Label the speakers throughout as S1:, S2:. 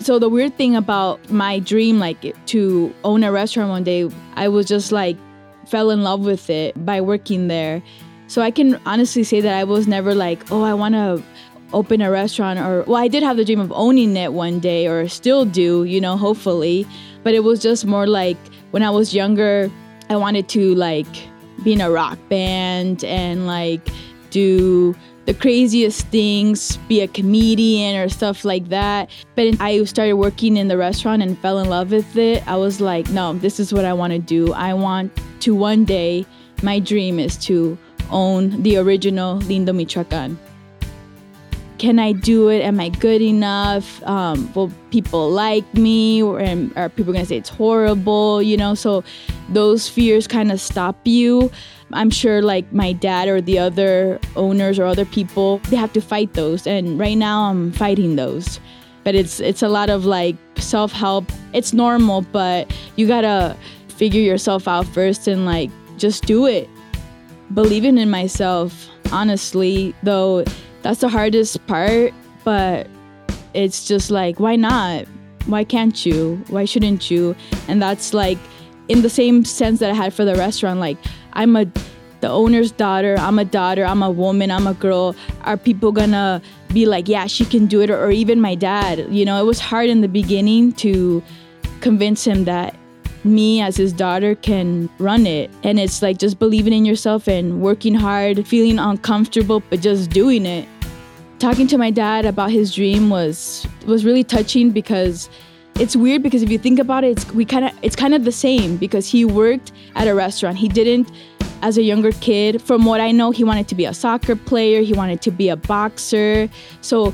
S1: so the weird thing about my dream, like to own a restaurant one day, I was just like fell in love with it by working there. So I can honestly say that I was never like, oh, I want to open a restaurant or well I did have the dream of owning it one day or still do, you know, hopefully, but it was just more like when I was younger, I wanted to like be in a rock band and like do the craziest things, be a comedian or stuff like that. But I started working in the restaurant and fell in love with it. I was like, no, this is what I want to do. I want to one day, my dream is to own the original Lindo Michoacan. Can I do it? Am I good enough? Um, will people like me? Or am, are people going to say it's horrible? You know, so those fears kind of stop you. I'm sure like my dad or the other owners or other people, they have to fight those. And right now I'm fighting those. But it's it's a lot of like self-help. It's normal, but you got to figure yourself out first and like just do it. Believing in myself, honestly, though that's the hardest part, but it's just like why not? Why can't you? Why shouldn't you? And that's like in the same sense that I had for the restaurant like I'm a the owner's daughter, I'm a daughter, I'm a woman, I'm a girl. Are people gonna be like, yeah, she can do it? Or, or, even my dad, you know, it was hard in the beginning to convince him that me as his daughter can run it. And it's like just believing in yourself and working hard, feeling uncomfortable, but just doing it. Talking to my dad about his dream was was really touching because it's weird because if you think about it, it's we kind of it's kind of the same because he worked at a restaurant. He didn't as a younger kid. From what I know, he wanted to be a soccer player, he wanted to be a boxer. So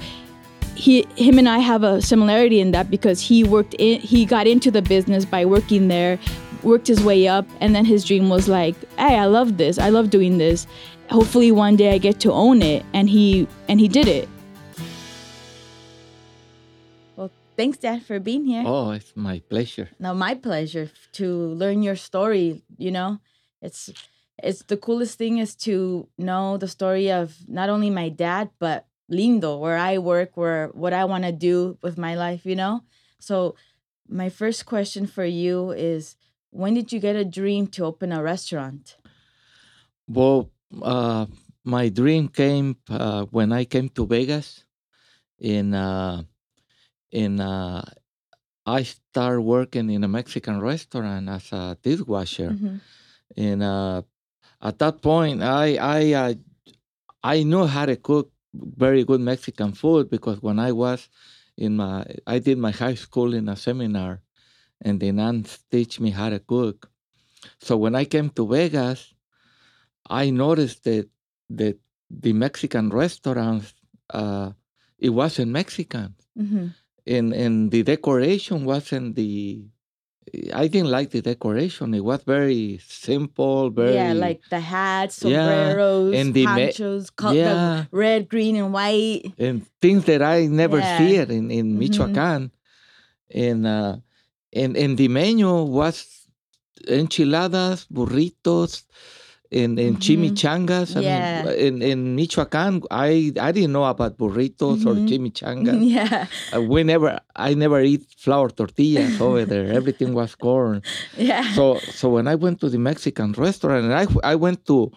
S1: he him and I have a similarity in that because he worked in he got into the business by working there, worked his way up and then his dream was like, "Hey, I love this. I love doing this. Hopefully one day I get to own it." And he and he did it. thanks dad for being here
S2: oh it's my pleasure
S1: no my pleasure to learn your story you know it's it's the coolest thing is to know the story of not only my dad but lindo where i work where what i want to do with my life you know so my first question for you is when did you get a dream to open a restaurant
S2: well uh, my dream came uh, when i came to vegas in uh, in uh, I started working in a Mexican restaurant as a dishwasher, mm-hmm. and uh, at that point, I I uh, I knew how to cook very good Mexican food because when I was in my I did my high school in a seminar, and the nuns teach me how to cook. So when I came to Vegas, I noticed that that the Mexican restaurants uh, it wasn't Mexican. Mm-hmm and and the decoration wasn't the I didn't like the decoration. It was very simple, very
S1: yeah, like the hats, sombreros, yeah, and the ponchos, ma- yeah. red, green, and white,
S2: and things that I never yeah. see it in in Michoacan, mm-hmm. and uh, and and the menu was enchiladas, burritos, and, and mm-hmm. chimichangas. I yeah. mean, in, in Michoacan, I, I didn't know about burritos mm-hmm. or chimichangas.
S1: Yeah.
S2: Uh, we never, I never eat flour tortillas over there. Everything was corn.
S1: Yeah.
S2: So, so when I went to the Mexican restaurant, and I, I went to,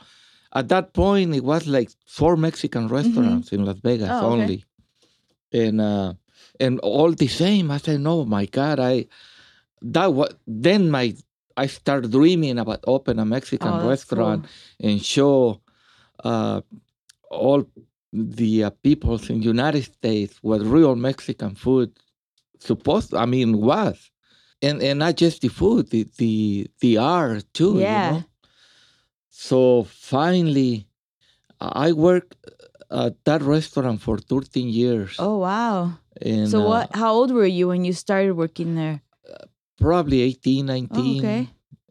S2: at that point, it was like four Mexican restaurants mm-hmm. in Las Vegas oh, okay. only. And, uh, and all the same, I said, no, my God, I, that was, then my I start dreaming about open a Mexican oh, restaurant cool. and show uh, all the uh, peoples in United States what real Mexican food supposed I mean was, and and not just the food, the the, the art too. Yeah. You know? So finally, I worked uh, at that restaurant for 13 years.
S1: Oh wow!
S2: And,
S1: so what? Uh, how old were you when you started working there?
S2: probably 18 19 oh, okay.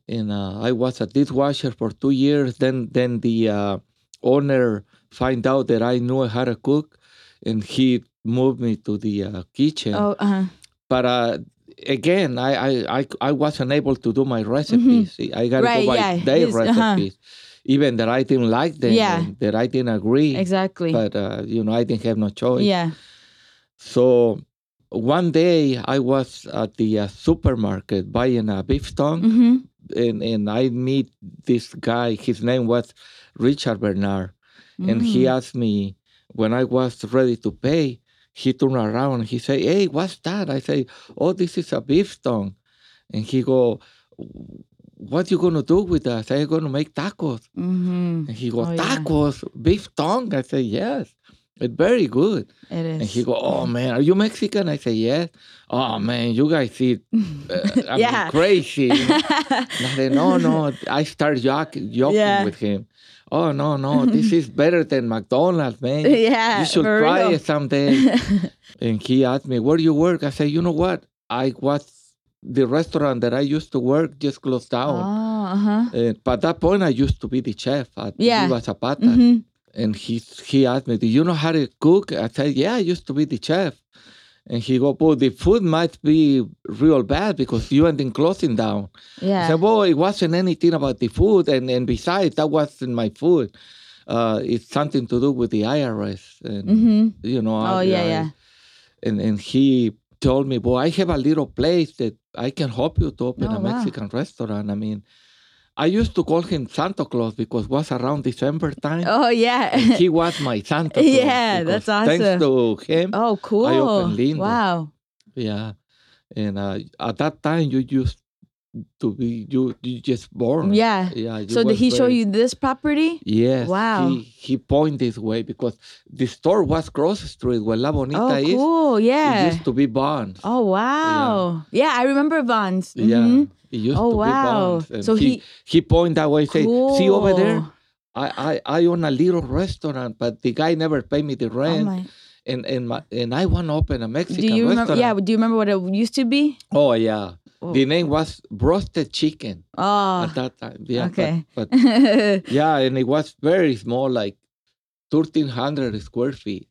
S2: and uh, i was a dishwasher for two years then then the uh, owner find out that i knew how to cook and he moved me to the uh, kitchen
S1: oh, uh-huh.
S2: but uh, again I, I, I i wasn't able to do my recipes mm-hmm. i gotta
S1: right,
S2: go by
S1: yeah.
S2: their recipes uh-huh. even that i didn't like them
S1: yeah.
S2: that i didn't agree uh,
S1: exactly
S2: but you know i didn't have no choice
S1: yeah
S2: so One day I was at the uh, supermarket buying a beef tongue,
S1: hmm
S2: and, and I meet this guy. His name was Richard Bernard,
S1: Mm-hmm.
S2: and he
S1: Mm.
S2: asked me when I was ready to pay. He turned around. He said, "Hey, what's that?" I say, "Oh, this is a beef tongue," and he go, "What you gonna do with that?" I say, "I'm gonna make tacos."
S1: Mm-hmm.
S2: And he goes,
S1: Oh, yeah.
S2: tacos, beef tongue. I say, yes. It's very good.
S1: It is.
S2: And he go, oh
S1: Mm.
S2: man, are you Mexican? I say, yes. Oh man, you guys eat uh, I mean,
S1: Yeah.
S2: crazy. And I say, no, no. I start jock- joking
S1: Yeah.
S2: with him. Oh no, no, this is better than McDonald's, man.
S1: yeah.
S2: you should
S1: for
S2: try
S1: real.
S2: it someday. and he asked me, where do you work? I say, you know what? I was the restaurant that I used to work just closed
S1: Oh,
S2: down.
S1: uh-huh.
S2: And by that point, I used to be the chef at
S1: Yeah.
S2: Viva Zapata
S1: hmm
S2: and he he asked me, "Do you know how to cook?" I said, "Yeah, I used to be the chef." And he go, "But the food might be real bad because you ended closing down." I
S1: Yeah.
S2: said, "Well, it wasn't anything about the food, and and besides, that wasn't my food. Uh, it's something to do with the IRS, and
S1: hmm
S2: you know."
S1: Oh, yeah,
S2: I-
S1: yeah.
S2: And and he told me, "Well, I have a little place that I can help you to open
S1: Oh,
S2: a
S1: wow.
S2: Mexican restaurant." I mean. I used to call him Santa Claus because it was around December time
S1: Oh, yeah.
S2: and he was my Santa Claus.
S1: Yeah,
S2: because
S1: that's
S2: Thanks to him,
S1: oh, cool.
S2: Linda.
S1: Wow.
S2: yeah. And uh, at that time, you used to be you you just born.
S1: Yeah.
S2: yeah. you
S1: So did
S2: was
S1: he show
S2: very-
S1: you this property?
S2: Yes.
S1: Wow.
S2: He he pointed this way because the store was cross street where La Bonita
S1: Oh,
S2: is.
S1: cool.
S2: It
S1: Yeah.
S2: used to be Bonds.
S1: Oh, wow. Yeah, I remember Bonds.
S2: Yeah.
S1: Mhm.
S2: It used
S1: Oh,
S2: to be
S1: wow.
S2: Bonds. And
S1: So
S2: he
S1: he.
S2: he pointed that way. Say,
S1: cool.
S2: see over there. I, I I own a little restaurant, but the guy never paid me the
S1: Oh,
S2: rent.
S1: my.
S2: and and my, and I want to open a Mexican
S1: Do you remember?
S2: restaurant.
S1: Yeah, do you remember what it used to be?
S2: Oh yeah.
S1: Oh.
S2: The name was roasted chicken
S1: Oh,
S2: at that time. Yeah. but-
S1: okay.
S2: But,
S1: yeah,
S2: yeah, and it was very small, like thirteen hundred square feet,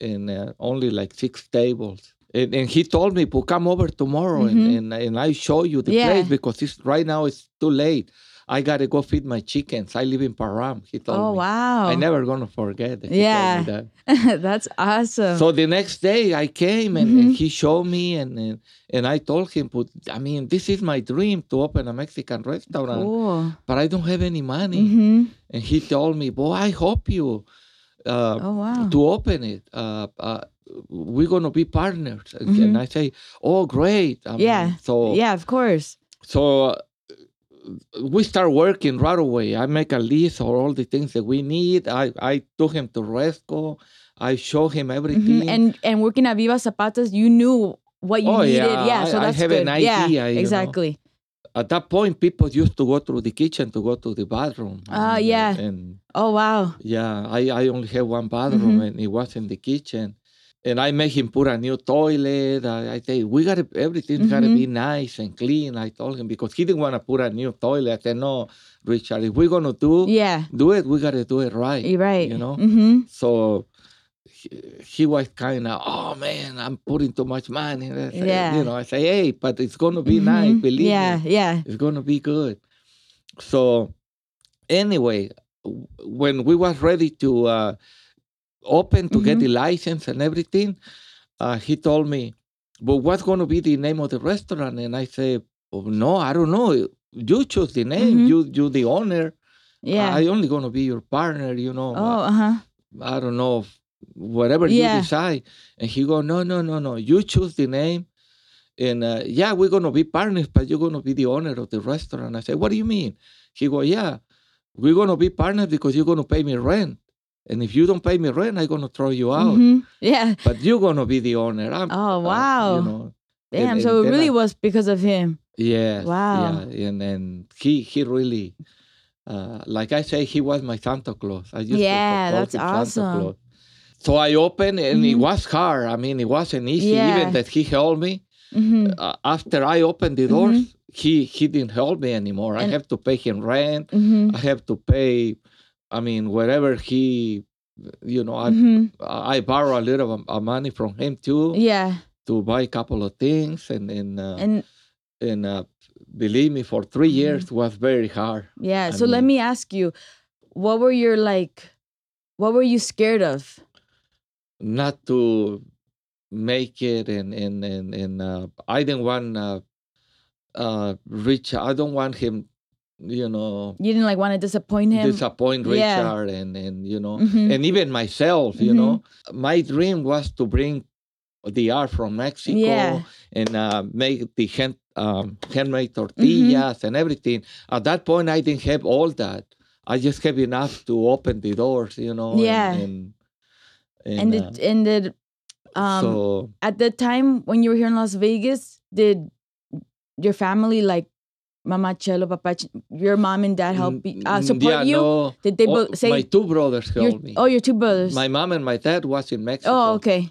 S2: and uh, only like six tables. And, and he told me, "Well, come over tomorrow,
S1: Mhm.
S2: and, and and I show you the
S1: Yeah.
S2: place because it's right now it's too late. I gotta go feed my chickens. I live in Param." He told
S1: oh
S2: me.
S1: wow.
S2: I never gonna forget. that he told me
S1: Yeah.
S2: that.
S1: That's awesome.
S2: So the next day I came and, and he showed me and, and and I told him, but I mean, this is my dream to open a Mexican restaurant,
S1: cool.
S2: but I don't have any money.
S1: hmm
S2: And he told me, boy, I help you uh,
S1: Oh wow.
S2: to open it. Uh, uh, we're gonna be partners. And,
S1: Mhm.
S2: and I say, oh, great. I
S1: Yeah.
S2: so
S1: Yeah, of course.
S2: so. Uh, we start working right away. I make a list of all the things that we need. I, I took him to Resco. I show him
S1: Mhm.
S2: everything.
S1: And and working at Viva Zapatas, you knew what you
S2: Oh,
S1: needed.
S2: yeah, I-
S1: so
S2: I
S1: that's
S2: have
S1: good.
S2: an
S1: yeah,
S2: idea, you know.
S1: exactly.
S2: at that point people used to go through the kitchen to go to the bathroom
S1: Ah,
S2: and,
S1: yeah.
S2: and
S1: Oh wow.
S2: yeah I, I only had one bathroom
S1: Mm-hmm.
S2: and it was in the kitchen and i made him put a new toilet i, I say we gotta everything's gotta
S1: Mhm.
S2: be nice and clean i told him because he didn't want to put a new toilet i said no richard if we're gonna do
S1: Yeah,
S2: do it we gotta do it right
S1: you're right.
S2: you know
S1: hmm
S2: so he, he was kind of oh man i'm putting too much money And I say-
S1: Yeah.
S2: you know i say hey but it's gonna be nice believe me
S1: Mm-hmm. Yeah, yeah.
S2: it's gonna be good. So anyway, w- when we was ready to uh, open to get
S1: Mhm.
S2: the license and everything, uh, he told me, "But what's gonna be the name of the restaurant?" And I said, oh, "No, I don't know. You choose the name.
S1: Mhm.
S2: You you the owner.
S1: Yeah.
S2: I only gonna be your partner. You know.
S1: oh, uh-huh.
S2: I don't know, whatever
S1: Yeah.
S2: you decide. And he go, no, no, no, no. You choose the name. And uh, yeah, we're going to be partners, but you're going to be the owner of the restaurant. I said, what do you mean? He go, yeah, we're going to be partners because you're going to pay me rent. And if you don't pay me rent, I'm going to throw you out.
S1: Mhm. Yeah.
S2: But you're going to be the owner. I'm,
S1: Oh
S2: uh,
S1: wow.
S2: you know,
S1: Damn,
S2: and-
S1: so
S2: and
S1: it
S2: then
S1: really
S2: I-
S1: was because of him.
S2: yes.
S1: Wow.
S2: Yeah. And then he, he really, uh, like I say, he was my Santa Claus. I used
S1: Yeah,
S2: to call
S1: that's
S2: him
S1: awesome.
S2: Santa Claus. So I opened, and it
S1: Mhm.
S2: was hard. I mean, it wasn't easy.
S1: Yeah.
S2: Even that he helped me
S1: hmm
S2: uh, after I opened the doors, he he didn't help me anymore.
S1: Mm-hmm. And-
S2: I have to pay him rent.
S1: hmm
S2: I have to pay. I mean, whatever he, you know, I
S1: hmm
S2: I borrow a little of, of money from him too
S1: Yeah.
S2: to buy a couple of things, and and uh, and,
S1: And
S2: uh, believe me, for 3
S1: Mhm.
S2: years was very hard.
S1: yeah,
S2: I
S1: so let
S2: mean-
S1: me ask you, what were your like what were you scared of?
S2: Not to make it and and and, and uh, i didn't want uh, uh richard i don't want him you know
S1: You didn't like want to disappoint him.
S2: disappoint
S1: Yeah.
S2: richard and and you know
S1: Mhm.
S2: and even myself you
S1: Mhm.
S2: know my dream was to bring the art from mexico
S1: Yeah.
S2: and uh, make the hand um, handmade
S1: Mm-hmm.
S2: tortillas and everything at that point i didn't have all that i just have enough to open the doors you know and-
S1: Yeah.
S2: and and,
S1: And
S2: uh,
S1: did, and did um
S2: so
S1: at the time when you were here in Las Vegas, did your family like Mama Chelo, Papa, Ch- your mom and dad help you,
S2: Mm,
S1: uh,
S2: mm,
S1: support
S2: yeah,
S1: you?
S2: No,
S1: Did they
S2: Oh,
S1: both say?
S2: my two brothers
S1: your-
S2: helped me.
S1: oh, your two brothers.
S2: my mom and my dad was in Mexico.
S1: oh, okay.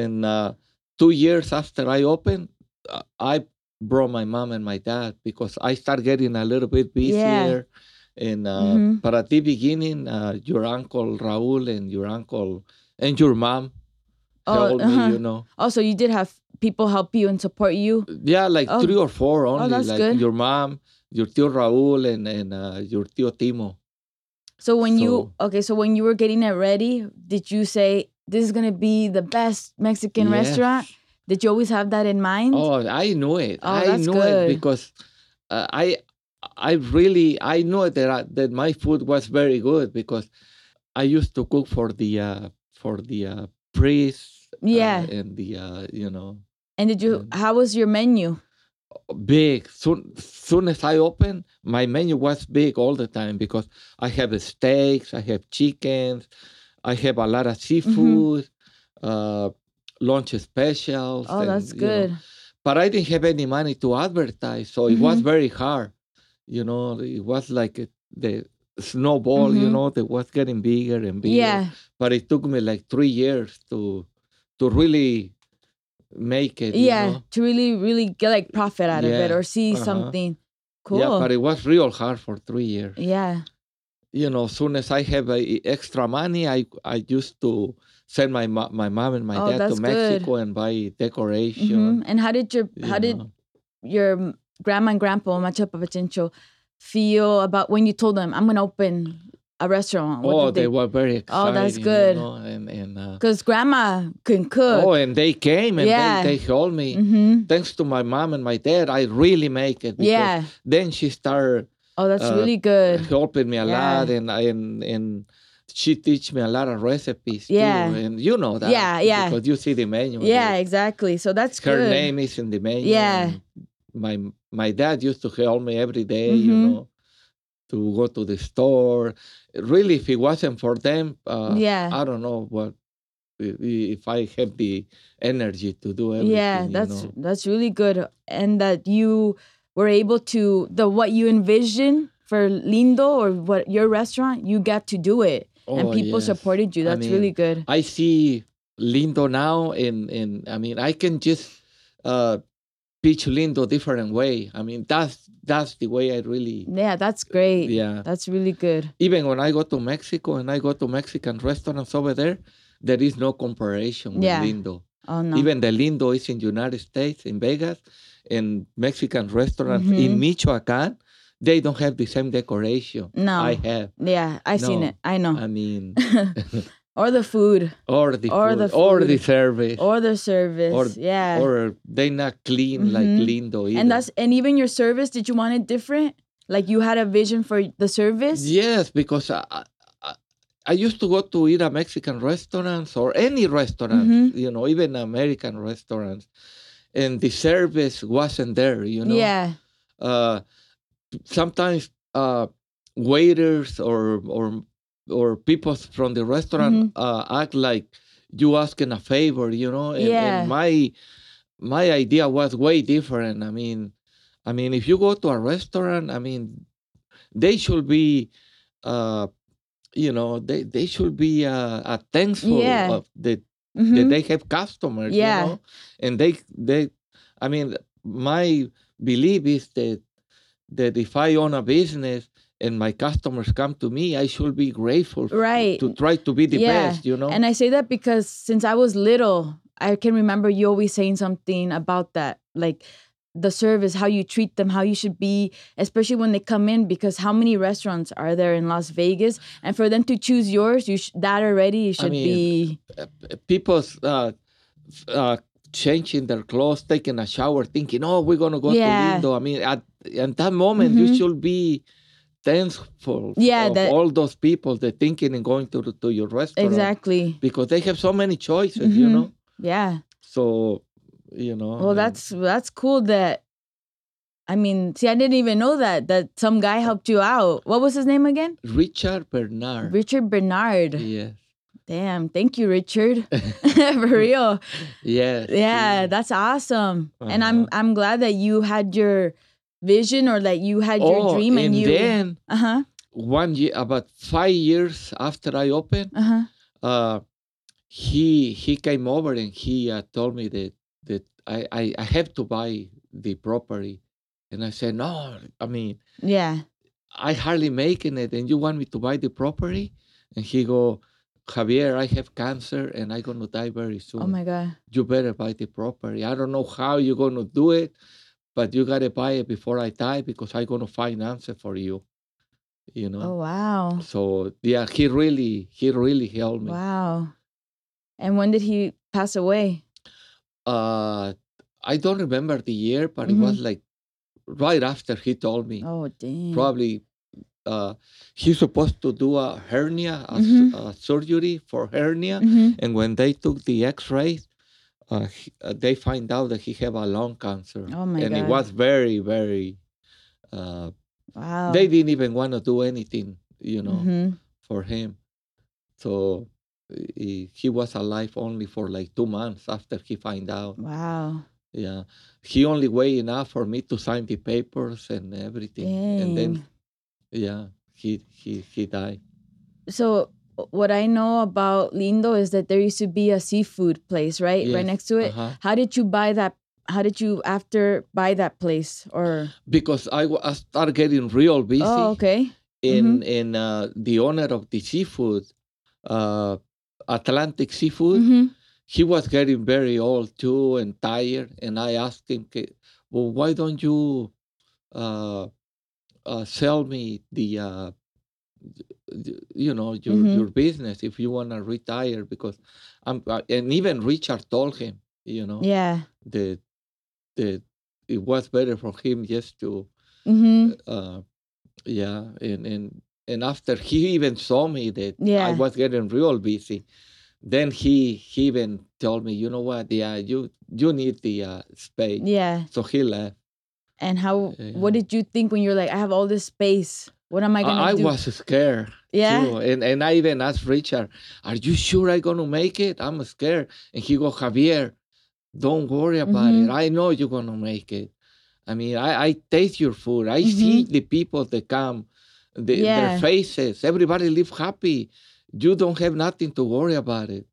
S2: And uh, two years after I opened, uh, I brought my mom and my dad because I started getting a little bit busier. And uh,
S1: Mhm.
S2: but at the beginning, uh, your uncle Raúl and your uncle and your mom
S1: Oh,
S2: helped
S1: uh-huh.
S2: me. You know,
S1: Also, you did have people help you and support you.
S2: yeah, like
S1: Oh.
S2: three or four only.
S1: that's
S2: like
S1: good.
S2: your mom, your tio Raúl, and and uh, your tio Timo.
S1: So when you okay, so when you were getting it ready, did you say this is gonna be the best Mexican
S2: Yes.
S1: restaurant? Did you always have that in mind?
S2: Oh, I knew it.
S1: Oh,
S2: I
S1: that's
S2: knew
S1: good.
S2: it because uh, I, I really, I knew that I, that my food was very good because I used to cook for the uh, for the uh, priests. uh,
S1: Yeah.
S2: and the uh, you know
S1: and did you? How was your menu?
S2: big soon soon as I opened my menu was big all the time because I have steaks, I have chickens, I have a lot of
S1: Mm-hmm.
S2: seafood, uh, lunch specials.
S1: Oh,
S2: and,
S1: that's
S2: you know,
S1: good.
S2: but I didn't have any money to advertise, so it was
S1: Mhm.
S2: very hard. You know, it was like a- the snowball. You
S1: Mhm.
S2: know, that was getting bigger and bigger.
S1: yeah.
S2: But it took me like three years to to really make it. you
S1: yeah
S2: know?
S1: to really really get like profit out of it
S2: Yeah,
S1: or see
S2: uh-huh.
S1: something cool
S2: Yeah,
S1: yeah,
S2: but it was real hard for three years. You know, soon as I have a, extra money, I I used to send my mo- my mom and my
S1: Oh,
S2: dad
S1: that's
S2: to
S1: good.
S2: Mexico and buy decoration.
S1: Mhm. and how did your
S2: you
S1: how did
S2: know.
S1: your m- grandma and grandpa macho papachincho feel about when you told them i'm gonna open a restaurant
S2: oh, they, were very excited.
S1: Oh, that's good.
S2: and and uh,
S1: because grandma can cook
S2: Oh, and they came and
S1: Yeah.
S2: they, they told me,
S1: hmm
S2: thanks to my mom and my dad, I really make it. because
S1: yeah
S2: Then she started
S1: oh that's
S2: uh,
S1: really good
S2: helping me a
S1: Yeah.
S2: lot, and and and she teach me a lot of recipes
S1: Yeah.
S2: too. And you know that.
S1: Yeah, yeah.
S2: Because you see the menu. and
S1: yeah
S2: it-
S1: exactly so that's
S2: Her
S1: good
S2: name is in the menu.
S1: Yeah.
S2: and My my dad used to help me every day, you
S1: Mhm.
S2: know, to go to the store. Really, if it wasn't for them, uh,
S1: yeah
S2: I don't know what if I have the energy to do everything.
S1: yeah
S2: you
S1: that's
S2: know.
S1: that's really good and that you were able to the what you envision for lindo or what your restaurant you got to do it and
S2: Oh,
S1: people
S2: yes.
S1: supported you
S2: I
S1: that's
S2: mean,
S1: really good
S2: I see Lindo now, and and I mean, I can just uh, pitch Lindo different way. I mean, that's that's the way I really.
S1: yeah that's great
S2: Yeah.
S1: that's really good
S2: Even when I go to Mexico and I go to Mexican restaurants over there, there is no comparison with
S1: Yeah.
S2: Lindo.
S1: oh no
S2: Even the Lindo is in United States, in Vegas, and Mexican restaurants in
S1: Mhm.
S2: Michoacan, they don't have the same decoration
S1: no
S2: I have.
S1: yeah i've seen
S2: No.
S1: it i know
S2: I mean,
S1: or the food
S2: or the
S1: Or
S2: food,
S1: the
S2: or the
S1: food.
S2: service, or,
S1: or the service
S2: Or-
S1: yeah
S2: they not clean like
S1: Mhm.
S2: Lindo either.
S1: and that's and even your service did you want it different like you had a vision for the service
S2: yes, because I, I- I, I used to go to eat a Mexican restaurants or any restaurant,
S1: Mhm.
S2: you know, even American restaurants, and the service wasn't there, you know.
S1: yeah
S2: uh, sometimes uh, waiters or or or people from the
S1: Mm-hmm.
S2: restaurant uh, act like you asking a favor, you know. And,
S1: Yeah.
S2: and my my idea was way different. I mean, I mean, if you go to a restaurant, I mean, they should be. Uh, you know they, they should be uh, uh thankful
S1: Yeah.
S2: of the
S1: Mhm.
S2: that they have customers
S1: Yeah.
S2: you know and they they i mean my belief is that that if i own a business and my customers come to me i should be grateful f-
S1: Right.
S2: to try to be the
S1: Yeah.
S2: best you know
S1: And I say that because since I was little, I can remember you always saying something about that, like the service, how you treat them, how you should be, especially when they come in, because how many restaurants are there in Las Vegas? And for them to choose yours, you sh- that already should
S2: mean,
S1: be
S2: people's uh, uh, changing their clothes, taking a shower, thinking, "Oh, we're gonna go
S1: Yeah.
S2: to Lindo." I mean, at, at that moment, you
S1: Mhm.
S2: should be thankful
S1: Yeah,
S2: of
S1: that-
S2: all those people that thinking and going to to your restaurant
S1: exactly.
S2: because they have so many choices, you
S1: Mhm.
S2: know.
S1: Yeah.
S2: So, you know.
S1: Well,
S2: and-
S1: that's that's cool that I mean, see I didn't even know that that some guy
S2: Oh.
S1: helped you out. What was his name again?
S2: Richard Bernard.
S1: Richard Bernard.
S2: yes.
S1: Damn, thank you Richard. For real.
S2: Yes.
S1: Yeah,
S2: yes.
S1: that's awesome. And I'm
S2: Uh-huh.
S1: I'm glad that you had your vision or that you had your
S2: oh,
S1: dream and,
S2: and
S1: you
S2: then
S1: Uh-huh.
S2: one year, about five years after I opened,
S1: Uh-huh.
S2: uh, he he came over and he uh, told me that that I, I I have to buy the property, and I said no. I mean,
S1: Yeah.
S2: I hardly making it, and you want me to buy the property? And he go, Javier, I have cancer and I'm gonna die very soon.
S1: Oh my god.
S2: you better buy the property. I don't know how you're gonna do it, but you gotta buy it before I die because I'm gonna finance it for you. You
S1: Oh
S2: know.
S1: wow.
S2: So yeah, he really he really helped me.
S1: Wow. And when did he pass away?
S2: Uh, I don't remember the year, but it was like right after he told me.
S1: Mm-hmm. Oh damn.
S2: Probably uh, he's supposed to do a hernia a s-
S1: Mhm.
S2: a surgery for hernia,
S1: Mhm.
S2: and when they took the X-rays. Uh, he- uh, they find out that he have a lung cancer.
S1: Oh my
S2: and
S1: god.
S2: it was very very uh,
S1: wow.
S2: they didn't even want to do anything you know
S1: Mhm.
S2: for him so he, he was alive only for like two months after he find out
S1: Wow.
S2: yeah he only weighed enough for me to sign the papers and everything and then
S1: Dang.
S2: yeah he he he died
S1: So what I know about Lindo is that there used to be a seafood place, right? Right
S2: Yes,
S1: next to it.
S2: uh-huh.
S1: How did you buy that? How did you after buy that place? Or
S2: because I, wa- I started getting real busy
S1: oh, okay. Mm-hmm.
S2: in in uh, the owner of the seafood uh, Atlantic Seafood
S1: hmm
S2: he was getting very old too and tired and i asked him "K- well why don't you uh, uh, sell me the uh, y- you know your,
S1: Mhm.
S2: your business if you want to retire because i'm uh, and even richard told him you know
S1: Yeah.
S2: that that it was better for him just to
S1: hmm
S2: uh, yeah and and and after he even saw me that i
S1: Yeah.
S2: was getting real busy then he he even told me you know what yeah you you need the uh, space
S1: Yeah.
S2: so he left
S1: And how? What
S2: Yeah.
S1: did you think when you're like, I have all this space? What am I
S2: i,
S1: gonna
S2: I
S1: do?
S2: was scared
S1: yeah.
S2: too and and i even asked richard are you sure i gonna make it i'm scared and he go javier don't worry about
S1: Mhm.
S2: it i know you're gonna make it i mean i i taste your food i see the people that come the,
S1: Mm-hmm. Yeah.
S2: their faces everybody live happy you don't have nothing to worry about it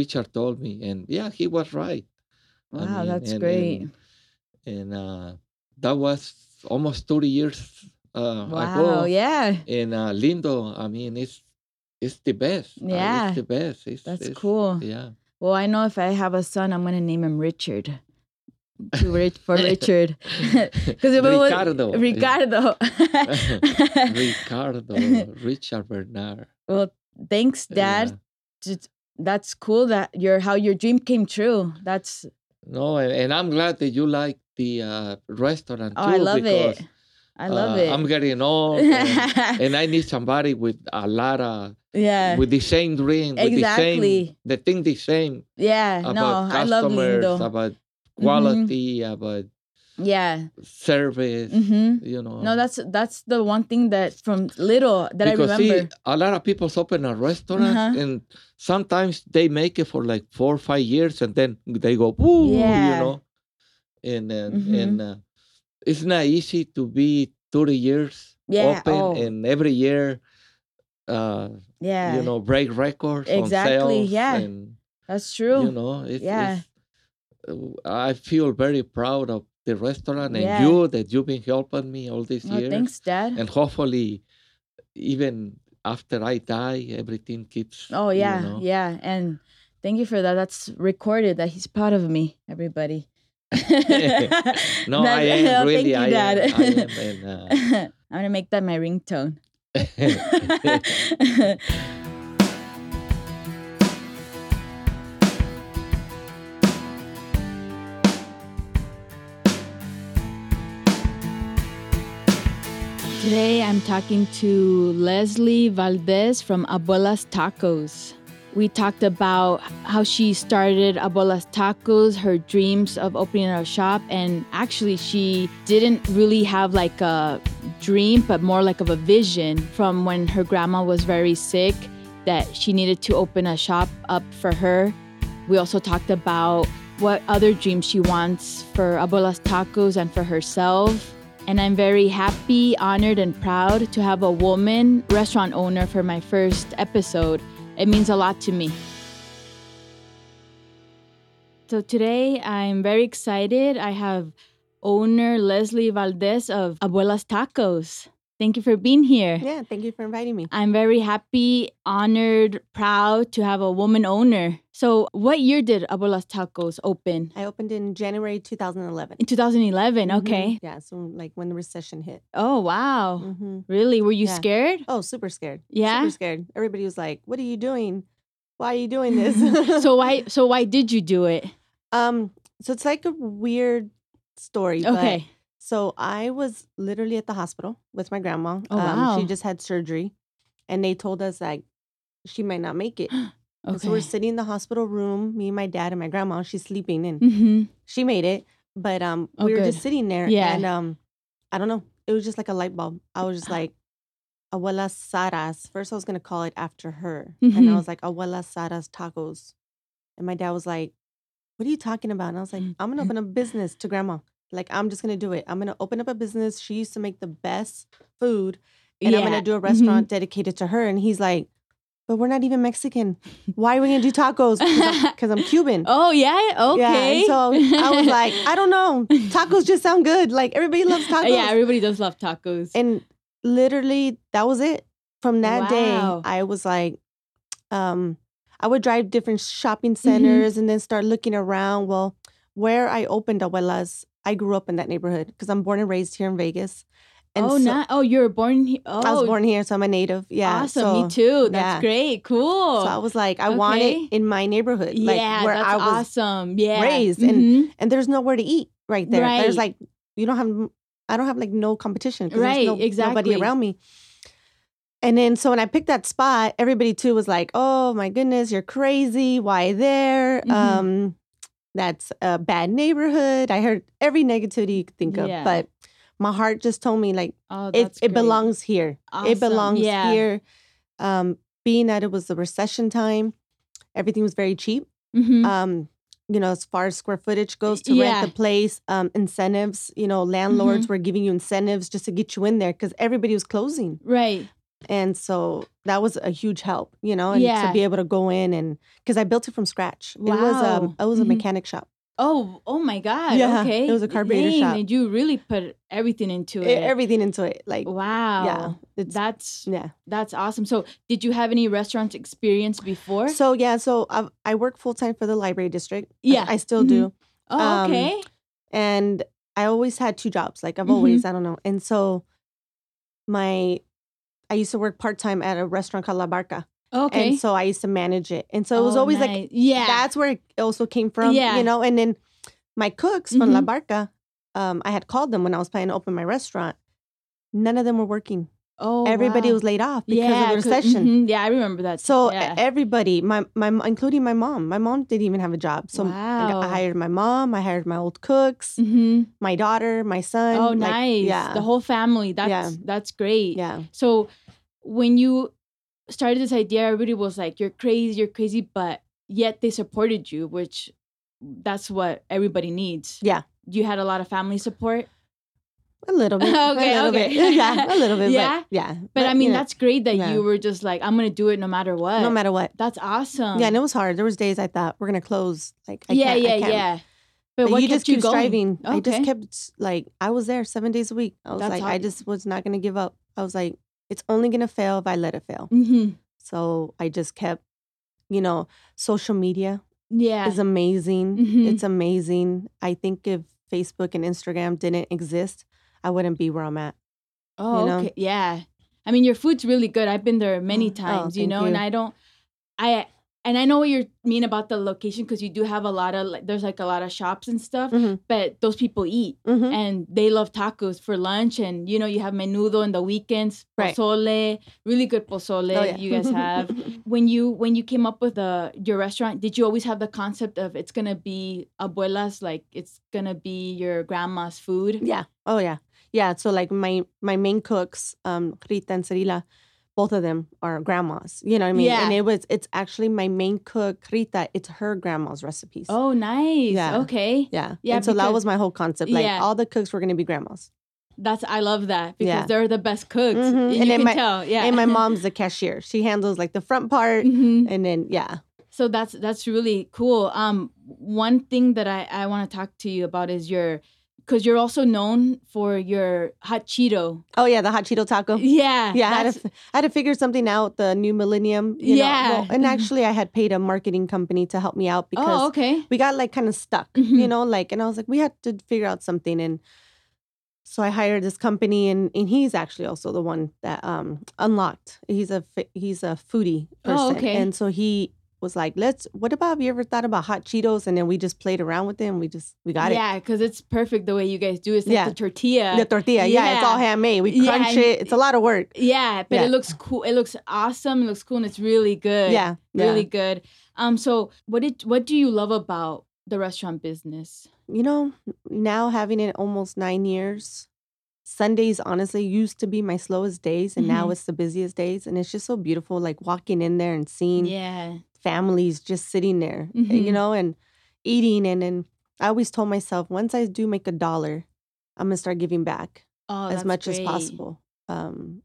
S2: richard told me and yeah he was right I
S1: Wow,
S2: mean,
S1: that's
S2: and-
S1: great.
S2: and uh, that was almost 30 years uh,
S1: wow.
S2: ago.
S1: Yeah.
S2: And uh, Lindo, I mean, it's it's the best. Uh,
S1: Yeah.
S2: it's the best. It's,
S1: That's
S2: it's-
S1: cool.
S2: Yeah,
S1: Well, I know if I have a son, I'm gonna name him Richard. To Rich for Richard, because
S2: Ricardo.
S1: Ricardo.
S2: Ricardo, Richard Bernard.
S1: well, thanks, Dad.
S2: Yeah.
S1: Just- That's cool that your how your dream came true. That's
S2: No, and, and I'm glad that you like the uh, restaurant
S1: oh,
S2: too.
S1: I love
S2: because,
S1: it. I love
S2: uh,
S1: it.
S2: I'm getting old, and, and I need somebody with a lot of
S1: yeah,
S2: with the same dream, with the
S1: Exactly.
S2: same, the thing the same.
S1: yeah.
S2: about
S1: No, I love
S2: customers,
S1: Lindo. Mm-hmm.
S2: about quality, about
S1: Yeah.
S2: service.
S1: hmm
S2: You know.
S1: No, that's that's the one thing that from little that I
S2: because
S1: remember.
S2: see, a lot of people open a restaurant,
S1: Uh-huh.
S2: and sometimes they make it for like four or five years, and then they go, "Woo!"
S1: Yeah.
S2: You know, and and,
S1: Mhm.
S2: and uh, it's not easy to be thirty years
S1: Yeah,
S2: open
S1: oh.
S2: and every year, uh,
S1: yeah,
S2: you know, break records on
S1: Exactly,
S2: sales
S1: yeah.
S2: and
S1: that's true.
S2: You know, it's,
S1: Yeah.
S2: it's- I feel very proud of the restaurant and
S1: Yeah.
S2: you that you've been helping me all these
S1: No,
S2: years.
S1: thanks, Dad.
S2: And hopefully, even after I die, everything keeps.
S1: Oh
S2: you
S1: yeah,
S2: know.
S1: yeah. And thank you for that. That's recorded. That he's proud of me, everybody.
S2: No,
S1: That-
S2: I am
S1: Oh,
S2: really. I
S1: Thank you,
S2: am. I am.
S1: Dad.
S2: And,
S1: I'm gonna make that my ringtone.
S2: uh,
S1: Today I'm talking to Leslie Valdez from Abuelas Tacos. We talked about how she started Abuelas Tacos, her dreams of opening a shop, and actually she didn't really have like a dream, but more like of a vision from when her grandma was very sick that she needed to open a shop up for her. We also talked about what other dreams she wants for Abuelas Tacos and for herself. And I'm very happy, honored, and proud to have a woman restaurant owner for my first episode. It means a lot to me. So today I'm very excited. I have owner Leslie Valdez of Abuelas Tacos. Thank you for being here.
S3: Yeah, thank you for inviting me.
S1: I'm very happy, honored, proud to have a woman owner. So, what year did Abuelas Tacos open?
S3: I opened in January 2011.
S1: In 2011.
S3: Mhm.
S1: Okay.
S3: Yeah, so like when the recession hit.
S1: Oh, wow.
S3: hmm
S1: Really? Were you
S3: Yeah.
S1: scared?
S3: Oh, super scared.
S1: Yeah?
S3: Super scared. Everybody was like, what are you doing? Why are you doing this?
S1: so why so why did you do it?
S3: Um, so it's like a weird story. but-
S1: Okay.
S3: so I was literally at the hospital with my grandma.
S1: Oh,
S3: um,
S1: wow.
S3: She just had surgery and they told us like she might not make it. And
S1: Okay.
S3: So we're sitting in the hospital room, me and my dad and my grandma, she's sleeping and
S1: hmm
S3: she made it but um
S1: Oh,
S3: we were
S1: good.
S3: just sitting there
S1: Yeah. Ah.
S3: and um i don't know it was just like a light bulb i was just like abuela saras first i was gonna call it after her and
S1: Mhm.
S3: i was like abuela saras tacos and my dad was like what are you talking about and i was like
S1: Mm-hmm.
S3: i'm gonna open a business to grandma like i'm just gonna do it i'm gonna open up a business she used to make the best food and i'm gonna do
S1: Mm-hmm.
S3: a restaurant dedicated to her and he's like but we're not even mexican why are we gonna do tacos because I'm, cuban
S1: Oh yeah. Okay.
S3: yeah, and so I was like, I don't know. Tacos just sound good. Like everybody loves tacos.
S1: Uh, Yeah, everybody does love tacos.
S3: and literally that was it. From that
S1: Wow.
S3: day, I was like, um, I would drive different shopping
S1: Mm-hmm.
S3: centers and then start looking around. Well, where I opened Abuelas, I grew up in that neighborhood because I'm born and raised here in Vegas. And
S1: oh,
S3: so-
S1: not oh, you were born here. Oh,
S3: I was born here, so I'm a native. Yeah.
S1: awesome.
S3: so-
S1: Me too. That's
S3: yeah.
S1: great. Cool.
S3: So I was like, I want
S1: Okay.
S3: it in my neighborhood, like
S1: yeah,
S3: where
S1: that's
S3: I was
S1: awesome. Yeah,
S3: raised and-
S1: Mhm.
S3: and there's nowhere to eat right there. There's
S1: Right.
S3: like you don't have I don't have like no competition 'cause
S1: Right,
S3: there's no,
S1: exactly.
S3: nobody around me. And then so when I picked that spot, everybody too was like, "Oh my goodness, you're crazy! Why there?
S1: Mhm.
S3: Um, that's a bad neighborhood." I heard every negativity you could think
S1: Yeah.
S3: of, but my heart just told me like
S1: oh,
S3: it
S1: that's
S3: it
S1: great.
S3: belongs here.
S1: Awesome.
S3: It belongs
S1: yeah.
S3: here. Um, being that it was the recession time, everything was very cheap
S1: Mhm.
S3: um you know as far as square footage goes to
S1: yeah. Mm-hmm.
S3: rent the place um incentives you know landlords were giving you incentives just to get you in there because everybody was closing
S1: right.
S3: and so that was a huge help you know and
S1: Yeah.
S3: to be able to go in and because i built it from scratch it was
S1: Wow.
S3: um it was a
S1: Mhm.
S3: mechanic shop
S1: Oh, oh my God.
S3: Yeah,
S1: okay.
S3: it was a carburetor
S1: Dang,
S3: shop.
S1: And you really put everything into
S3: E-
S1: it.
S3: everything into it like
S1: wow.
S3: yeah it's
S1: That's
S3: yeah
S1: that's awesome. So, did you have any restaurant experience before?
S3: so yeah so i i work full-time for the library district I-
S1: Yeah.
S3: i, still
S1: Mhm.
S3: do
S1: oh,
S3: um,
S1: okay.
S3: and I always had two jobs. Like I've always,
S1: Mm-hmm.
S3: I don't know. And so my I used to work part time at a restaurant called La Barca,
S1: Okay.
S3: and so I used to manage it. And so it was
S1: Oh,
S3: always like
S1: nice. yeah.
S3: that's where it also came from,
S1: Yeah. Mm-hmm.
S3: you know. And then my cooks from La Barca, um, I had called them when I was planning to open my restaurant. None of them were working.
S1: oh,
S3: Everybody
S1: wow.
S3: was laid off because
S1: yeah,
S3: of the
S1: 'cause-
S3: recession.
S1: mhm, Yeah, I remember that.
S3: So e-
S1: yeah.
S3: everybody, my my m- including my mom, my mom didn't even have a job. So like,
S1: Wow.
S3: I hired my mom, I hired my old cooks,
S1: Mhm.
S3: my daughter, my son.
S1: Oh,
S3: like,
S1: nice.
S3: Yeah.
S1: The whole family. That's that's great.
S3: yeah.
S1: So when you started this idea, everybody was like, "You're crazy, you're crazy," but yet they supported you, which that's what everybody needs.
S3: Yeah.
S1: You had a lot of family support,
S3: A little bit.
S1: Okay,
S3: A little
S1: okay.
S3: bit. yeah. A little bit.
S1: Yeah?
S3: Yeah. But, yeah.
S1: but, I mean
S3: you know,
S1: that's great that
S3: yeah.
S1: you were just like, "I'm gonna do it no matter what."
S3: no matter what.
S1: That's awesome.
S3: yeah. And it was hard. There was days I thought we're gonna close. Like I
S1: yeah,
S3: can't, I
S1: yeah,
S3: can't.
S1: yeah. But,
S3: But,
S1: what
S3: you
S1: kept
S3: just
S1: you
S3: keep
S1: going?
S3: striving. I
S1: Okay.
S3: just kept like I was there seven days a week. I was
S1: That's
S3: like
S1: how-
S3: I just was not gonna give up. I was like it's only gonna fail if I let it fail.
S1: hmm
S3: So I just kept. You know, social media
S1: Yeah.
S3: is amazing.
S1: Mhm.
S3: It's amazing. I think if Facebook and Instagram didn't exist, I wouldn't be where I'm at.
S1: Oh,
S3: you know?
S1: okay. Yeah. I mean, your food's really good. I've been there many
S3: Oh,
S1: times, you
S3: thank
S1: know, and
S3: you.
S1: I don't, I, and I know what you mean about the location because you do have a lot of like, there's like a lot of shops and stuff,
S3: Mhm.
S1: but those people eat
S3: Mhm.
S1: and they love tacos for lunch, and you know you have menudo on the weekends,
S3: Right.
S1: pozole, really good pozole
S3: Oh, yeah.
S1: you guys have. when you when you came up with the your restaurant, did you always have the concept of it's gonna be abuelas, like it's gonna be your grandma's food?
S3: Yeah. Oh yeah. Yeah. So like my my main cooks, um, Rita and Cirila, both of them are grandmas. You know what I mean?
S1: Yeah.
S3: And it was it's actually my main cook, Rita, it's her grandma's recipes.
S1: Oh, nice.
S3: Yeah.
S1: Okay.
S3: Yeah.
S1: Yeah,
S3: And so that
S1: because-
S3: was my whole concept. Like
S1: Yeah.
S3: all the cooks were gonna be grandmas.
S1: That's I love that because
S3: Yeah.
S1: they're the best cooks.
S3: Mhm.
S1: You
S3: And then
S1: can
S3: my-
S1: tell. Yeah.
S3: And my mom's the cashier. She handles like the front part
S1: Mhm.
S3: and then yeah.
S1: So that's that's really cool. Um, one thing that I I want to talk to you about is your, because you're also known for your hot Cheeto.
S3: Oh yeah, the hot Cheeto taco.
S1: Yeah,
S3: Yeah, I had,
S1: that's-
S3: to, f- I had to figure something out, the new millennium. you know.
S1: Yeah. Mm-hmm.
S3: Well, and actually, I had paid a marketing company to help me out because
S1: oh, okay.
S3: we got like kind of stuck, you
S1: Mhm.
S3: know, like, and I was like, we had to figure out something. And so I hired this company and, and he's actually also the one that, um, unlocked, he's a, fi- he's a foodie person.
S1: Oh, okay.
S3: And so he was like, let's, what about, have you ever thought about hot Cheetos? And then we just played around with them. We just, we got
S1: yeah, because it's perfect the way you guys do. it. It's like
S3: Yeah.
S1: the tortilla.
S3: it. The tortilla. Yeah. It's
S1: Yeah.
S3: all handmade. We
S1: Yeah,
S3: crunch
S1: and-
S3: it. It's a lot of work.
S1: yeah, but
S3: Yeah.
S1: it looks cool. It looks awesome. It looks cool, and it's really good.
S3: Yeah. yeah.
S1: really good. Um, so what did what do you love about the restaurant business?
S3: you know, now having it almost nine years, Sundays honestly used to be my slowest days, and now
S1: Mhm.
S3: it's the busiest days. And it's just so beautiful, like walking in there and seeing
S1: Yeah,
S3: families just sitting there, uh, you
S1: Mhm.
S3: know, and eating. And then I always told myself, once I do make a dollar, I'm gonna start giving back
S1: oh,
S3: as
S1: that's
S3: much as
S1: great.
S3: possible. Um,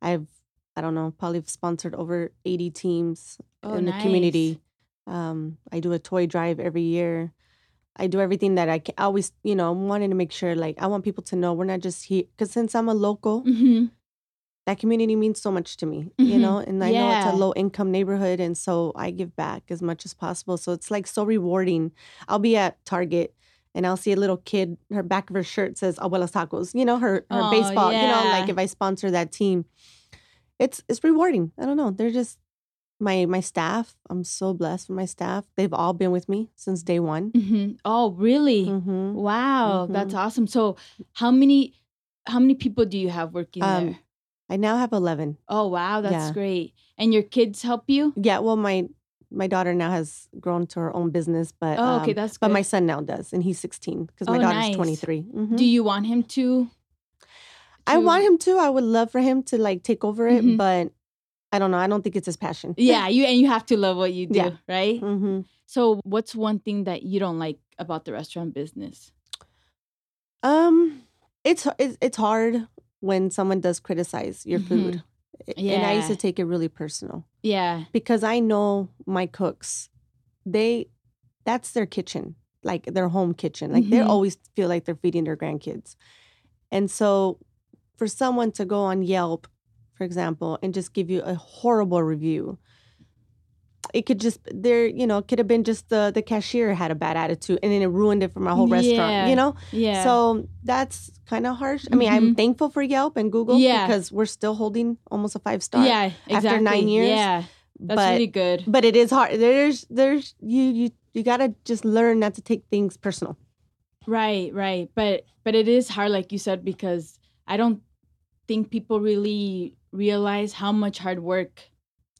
S3: I've, I don't know, probably sponsored over 80 teams
S1: Oh,
S3: in the
S1: nice.
S3: community. Um, I do a toy drive every year. I do everything that I can. I always, you know, I'm wanting to make sure, like, I want people to know we're not just here. Because since I'm a local,
S1: Mhm.
S3: that community means so much to me, you
S1: Mhm.
S3: know, and I know it's
S1: Yeah.
S3: a low income neighborhood. And so I give back as much as possible. So it's like so rewarding. I'll be at Target and I'll see a little kid, her back of her shirt says Abuelas Tacos, you know, her, her
S1: Oh,
S3: baseball, you know, like
S1: yeah.
S3: if I sponsor that team, it's, it's rewarding. I don't know. They're just my, my staff. I'm so blessed for my staff. They've all been with me since day one.
S1: Mhm. Oh, really?
S3: hmm
S1: Wow, that's awesome. So, how many how many people do you have working
S3: Um,
S1: there?
S3: I now have 11.
S1: Oh, wow, that's
S3: yeah.
S1: great. And your kids help you?
S3: Yeah. Well, my, my daughter now has grown to her own business, but,
S1: Oh, okay,
S3: um,
S1: that's good.
S3: But my son now does, and he's 16 because my
S1: Oh,
S3: daughter's
S1: nice.
S3: 23. Mhm.
S1: do you want him to?
S3: I
S1: to-
S3: want him to. I would love for him to like take over it,
S1: Mhm.
S3: but I don't know. I don't think it's his passion.
S1: Yeah, you and you have to love what you do,
S3: Yeah.
S1: right?
S3: hmm
S1: So, what's one thing that you don't like about the restaurant business?
S3: Um, it's it's it's hard when someone does criticize your
S1: Mhm.
S3: food. I- And I used to
S1: Yeah.
S3: take it really personal
S1: Yeah.
S3: because I know my cooks. They, that's their kitchen, like their home kitchen. Like they
S1: Mhm.
S3: always feel like they're feeding their grandkids, and so for someone to go on Yelp, for example, and just give you a horrible review, it could just there you know it could have been just the the cashier had a bad attitude and then it ruined it for my whole
S1: Yeah.
S3: restaurant you know
S1: Yeah.
S3: so that's kind of harsh i mean i'm
S1: Mhm.
S3: thankful for yelp and google
S1: Yeah.
S3: because we're still holding almost a five star
S1: yeah, exactly.
S3: after nine years,
S1: Yeah. That's
S3: but
S1: really good.
S3: but it is hard there's there's you you you gotta just learn not to take things personal
S1: Right, right. But but it is hard like you said because I don't think people really realize how much hard work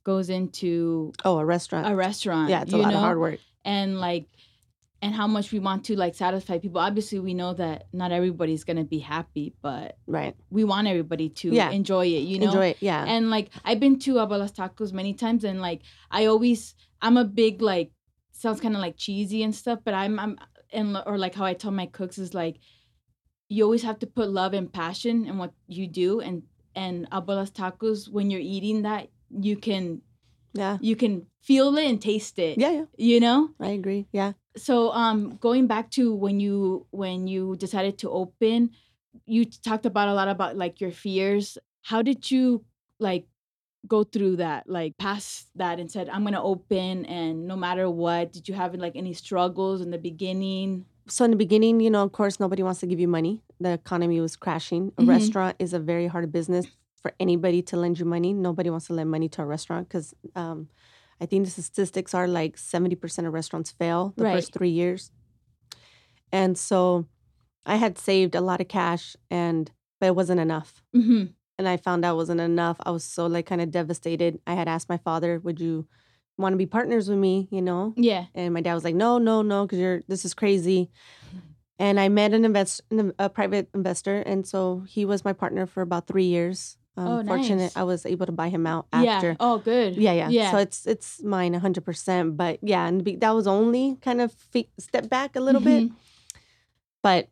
S1: goes into
S3: oh a restaurant
S1: a restaurant.
S3: yeah it's a
S1: you
S3: lot
S1: know?
S3: of hard work
S1: And like and how much we want to like satisfy people. Obviously we know that not everybody's gonna be happy, but
S3: right
S1: we want everybody to
S3: Yeah.
S1: enjoy it, you know?
S3: enjoy it yeah
S1: And like I've been to Abuelas Tacos many times, and like I always, I'm a big like, sounds kind of like cheesy and stuff, but I'm I'm and or like how I tell my cooks is like, you always have to put love and passion in what you do, and and Abuelas Tacos when you're eating that you can
S3: yeah
S1: you can feel it and taste it.
S3: yeah yeah
S1: You know.
S3: i agree yeah
S1: So um, going back to when you when you decided to open, you talked about a lot about like your fears. How did you like go through that, like past that, and said I'm gonna open, and no matter what, did you have like any struggles in the beginning?
S3: so in the beginning, you know, of course, nobody wants to give you money. The economy was crashing. A
S1: Mhm.
S3: restaurant is a very hard business for anybody to lend you money. Nobody wants to lend money to a restaurant because um, I think the statistics are like 70% of restaurants fail the
S1: Right.
S3: first three years. And so I had saved a lot of cash and but it wasn't enough.
S1: hmm
S3: And I found out it wasn't enough. I was so like kind of devastated. I had asked my father, would you want to be partners with me? You know?
S1: Yeah.
S3: And my dad was like, no, no, no, because you're this is crazy. And I met an invest an- a private investor, and so he was my partner for about three years. Um,
S1: Oh,
S3: Fortunate,
S1: nice.
S3: I was able to buy him out after.
S1: Yeah. Oh, good.
S3: Yeah, yeah.
S1: Yeah.
S3: So it's it's mine 100%. But yeah, and be, that was only kind of fe- step back a little
S1: Mm-hmm.
S3: bit. But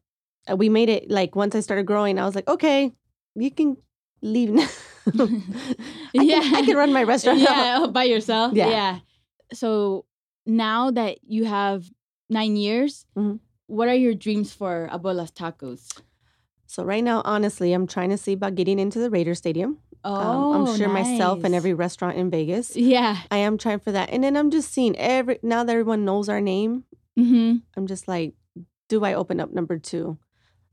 S3: uh, we made it like once I started growing, I was like, okay, you can leave now. I, can, I can run my restaurant.
S1: yeah, all by yourself.
S3: Yeah.
S1: So now that you have nine years,
S3: Mhm.
S1: what are your dreams for Abuela's Tacos?
S3: So right now, honestly, I'm trying to see about getting into the Raider Stadium.
S1: Oh,
S3: Um, I'm sure myself and
S1: nice.
S3: every restaurant in Vegas.
S1: Yeah.
S3: I am trying for that. And then I'm just seeing every now that everyone knows our name,
S1: hmm
S3: I'm just like, do I open up number two?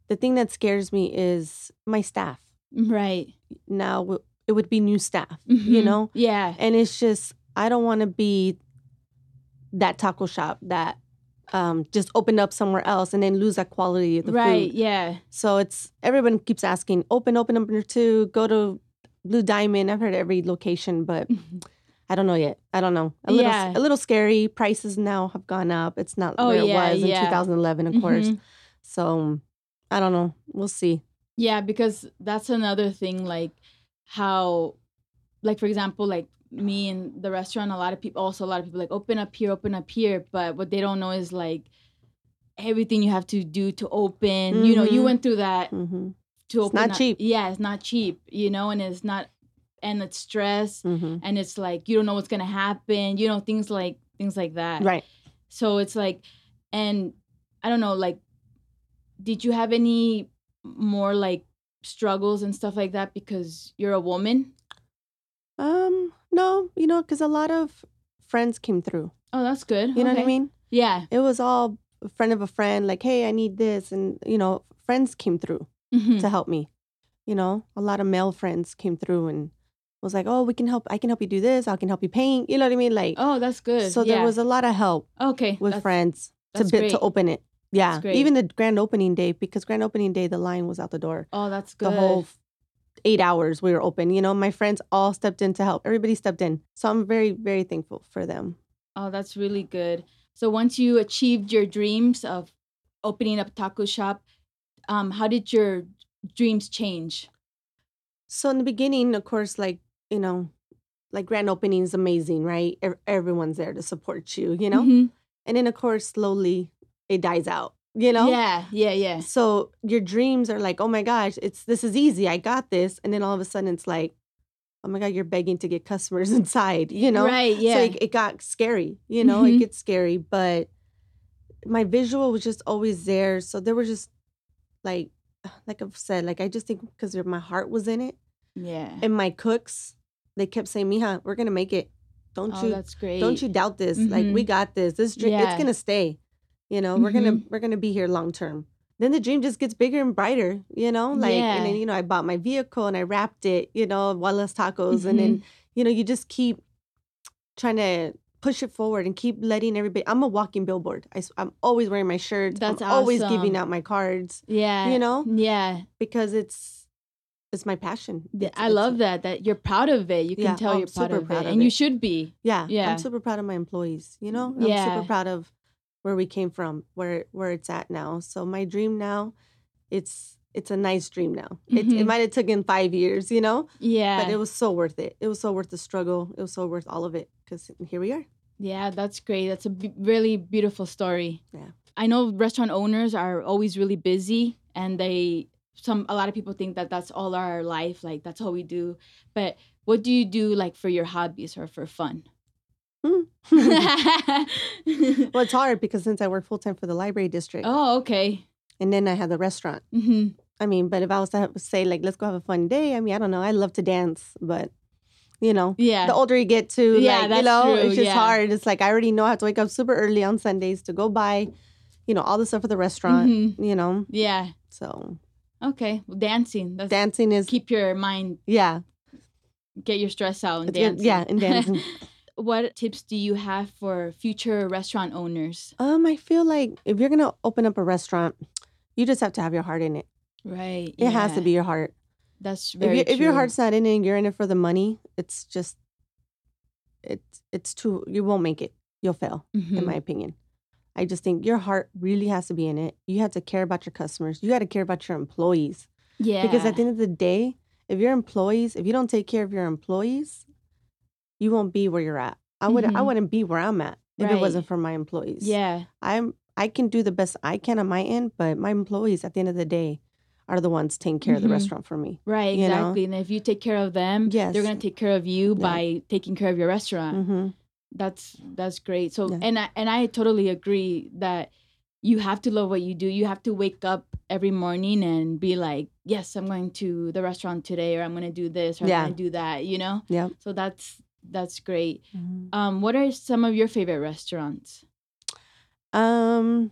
S3: The thing that scares me is my staff.
S1: Right.
S3: Now w- it would be new staff, you
S1: Mhm.
S3: know?
S1: Yeah.
S3: And it's just, I don't want to be that taco shop that um, just opened up somewhere else and then lose that quality of the
S1: Right.
S3: food.
S1: Yeah.
S3: So it's everyone keeps asking, open, open number two, go to Blue Diamond. I've heard every location, but I don't know yet. I don't know. A little,
S1: Yeah.
S3: a little scary. Prices now have gone up. It's not
S1: Oh,
S3: where it
S1: yeah,
S3: was in
S1: yeah.
S3: 2011, of course.
S1: Mhm.
S3: So I don't know. We'll see.
S1: Yeah, because that's another thing. Like how, like for example, like me and the restaurant. A lot of people, also a lot of people, like open up here, open up here. But what they don't know is like everything you have to do to open. You know, you
S3: Mhm.
S1: went through that
S3: hmm
S1: to
S3: It's
S1: open
S3: not
S1: up-
S3: cheap.
S1: Yeah, it's not cheap, you know, and it's not and it's stress
S3: hmm
S1: and it's like you don't know what's gonna happen, you know, things like things like that.
S3: Right.
S1: So it's like and I don't know, like did you have any more like struggles and stuff like that because you're a woman?
S3: Um. No, you know, because a lot of friends came through.
S1: Oh, that's good.
S3: You know what I
S1: Okay.
S3: mean?
S1: Yeah.
S3: It was all a friend of a friend. Like, hey, I need this, and you know, friends came through
S1: Mhm.
S3: to help me. You know, a lot of male friends came through and was like, oh, we can help. I can help you do this. I can help you paint. You know what I mean? Like,
S1: Oh, that's good.
S3: so there
S1: Yeah.
S3: was a lot of help.
S1: okay
S3: with
S1: that's-
S3: friends to
S1: that's
S3: bit,
S1: great.
S3: to open it. Yeah,
S1: great.
S3: even the grand opening day because grand opening day the line was out the door.
S1: Oh, that's good.
S3: The whole f- eight hours we were open. You know, my friends all stepped in to help. Everybody stepped in, so I'm very very thankful for them.
S1: Oh, that's really good. So once you achieved your dreams of opening up a taco shop, um, how did your dreams change?
S3: So in the beginning, of course, like you know, like grand opening is amazing, right? Ev- everyone's there to support you, you know.
S1: Mhm.
S3: And then of course, slowly it dies out. You know.
S1: Yeah, yeah, yeah.
S3: So your dreams are like, oh my gosh, it's this is easy. I got this. And then all of a sudden it's like, oh my God, you're begging to get customers inside, you know?
S1: right? Yeah,
S3: So it, it got scary, you know,
S1: Mhm.
S3: it gets scary, but my visual was just always there. So there was just like, like I've said, like I just think because my heart was in it
S1: yeah.
S3: and my cooks, they kept saying, Mija, we're going to make it. Don't
S1: Oh,
S3: you
S1: that's great.
S3: don't you doubt this like we got this this dream
S1: Mm-hmm.
S3: it's
S1: Yeah. Mm-hmm.
S3: gonna stay you know we're gonna we're gonna be here long term then the dream just gets bigger and brighter you know like and then
S1: Yeah.
S3: you know i bought my vehicle and i wrapped it you know Wallace tacos and then
S1: Mm-hmm.
S3: you know you just keep trying to push it forward and keep letting everybody i'm a walking billboard I, am always wearing my shirt
S1: That's
S3: i'm always
S1: awesome.
S3: giving out my cards
S1: Yeah,
S3: you know
S1: Yeah,
S3: because it's it's my passion
S1: Th-
S3: It's-
S1: I
S3: it's-
S1: love that. That you're proud of it. You can
S3: Yeah,
S1: tell
S3: I'm
S1: you're proud
S3: super
S1: of
S3: proud
S1: it,
S3: of
S1: and you
S3: it.
S1: should be.
S3: Yeah,
S1: Yeah.
S3: I'm super proud of my employees. You know, I'm
S1: Yeah.
S3: super proud of where we came from, where where it's at now. So my dream now, it's it's a nice dream now. It, it
S1: Mhm.
S3: might have taken five years, you know,
S1: Yeah,
S3: but it was so worth it. It was so worth the struggle. It was so worth all of it because here we are.
S1: Yeah, that's great. That's a b- really beautiful story.
S3: Yeah.
S1: I know restaurant owners are always really busy and they some a lot of people think that that's all our life, like that's all we do. But what do you do like for your hobbies or for fun?
S3: well,
S1: oh,
S3: it's hard because since I work full time for the library district,
S1: okay.
S3: and then I had the restaurant.
S1: hmm
S3: I mean, but if I was to have, say like, let's go have a fun day. I mean, I don't know. I love to dance, but you know,
S1: Yeah.
S3: the older you get to,
S1: Yeah,
S3: like, you
S1: that's
S3: know,
S1: true,
S3: it's just
S1: yeah.
S3: hard. It's like I already know I have to wake up super early on Sundays to go buy, you know, all the stuff for the restaurant.
S1: Mhm.
S3: You know,
S1: Yeah.
S3: so
S1: Okay. Well, dancing. That's
S3: dancing is
S1: keep your mind,
S3: yeah,
S1: get your stress out and
S3: it's good-
S1: dancing.
S3: yeah, and dancing.
S1: what tips do you have for future restaurant owners?
S3: Um, I feel like if you're gonna open up a restaurant, you just have to have your heart in it.
S1: Right.
S3: It has to be your heart.
S1: That's
S3: If,
S1: very
S3: you, if your
S1: true.
S3: heart's not in it, and you're in it for the money. It's just, it's it's too. You won't make it. You'll fail, in
S1: Mhm.
S3: my opinion. I just think your heart really has to be in it. You have to care about your customers. You got to care about your employees
S1: yeah.
S3: because at the end of the day, if your employees, if you don't take care of your employees, you won't be where you're at. I would not I
S1: Mhm.
S3: wouldn't be where I'm at if
S1: Right.
S3: it wasn't for my employees.
S1: yeah.
S3: I'm I can do the best I can on my end, but my employees at the end of the day are the ones taking care of
S1: Mhm.
S3: the restaurant for me.
S1: Right,
S3: you know?
S1: exactly. And if you take care of them,
S3: Yes.
S1: they're gonna take care of you
S3: Yeah.
S1: by taking care of your restaurant.
S3: hmm
S1: That's that's great. So
S3: Yeah.
S1: and I and I totally agree that you have to love what you do. You have to wake up every morning and be like, Yes, I'm going to the restaurant today or I'm gonna do this or
S3: Yeah.
S1: I'm gonna do that, you know?
S3: Yep.
S1: So that's that's great. Um, what are some of your favorite restaurants?
S3: Um,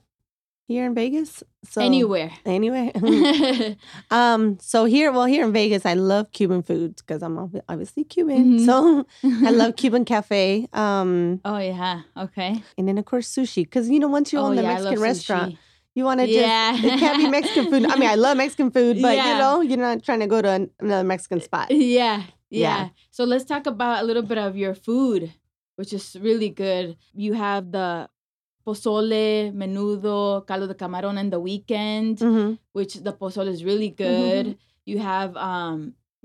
S3: here in Vegas. So
S1: Anywhere.
S3: anyway.
S1: Mhm.
S3: um, so here, well, here in Vegas, I love Cuban food because I'm obvi- obviously Cuban.
S1: Mhm.
S3: So I love Cuban cafe. Um,
S1: Oh yeah. Okay.
S3: and then of course sushi because you know once you
S1: oh
S3: own the
S1: yeah, I love
S3: Mexican restaurant,
S1: sushi.
S3: you want to
S1: Yeah.
S3: just it can't be Mexican food. I mean, I love Mexican food, but
S1: Yeah. Eh,
S3: you know, you're not trying to go to an- another Mexican spot.
S1: yeah, yeah.
S3: Yeah.
S1: So let's talk about a little bit of your food, which is really good. You have the pozole, menudo, caldo de camarón and the weekend,
S3: hmm
S1: which the pozole is really good.
S3: Mm-hmm.
S1: You have um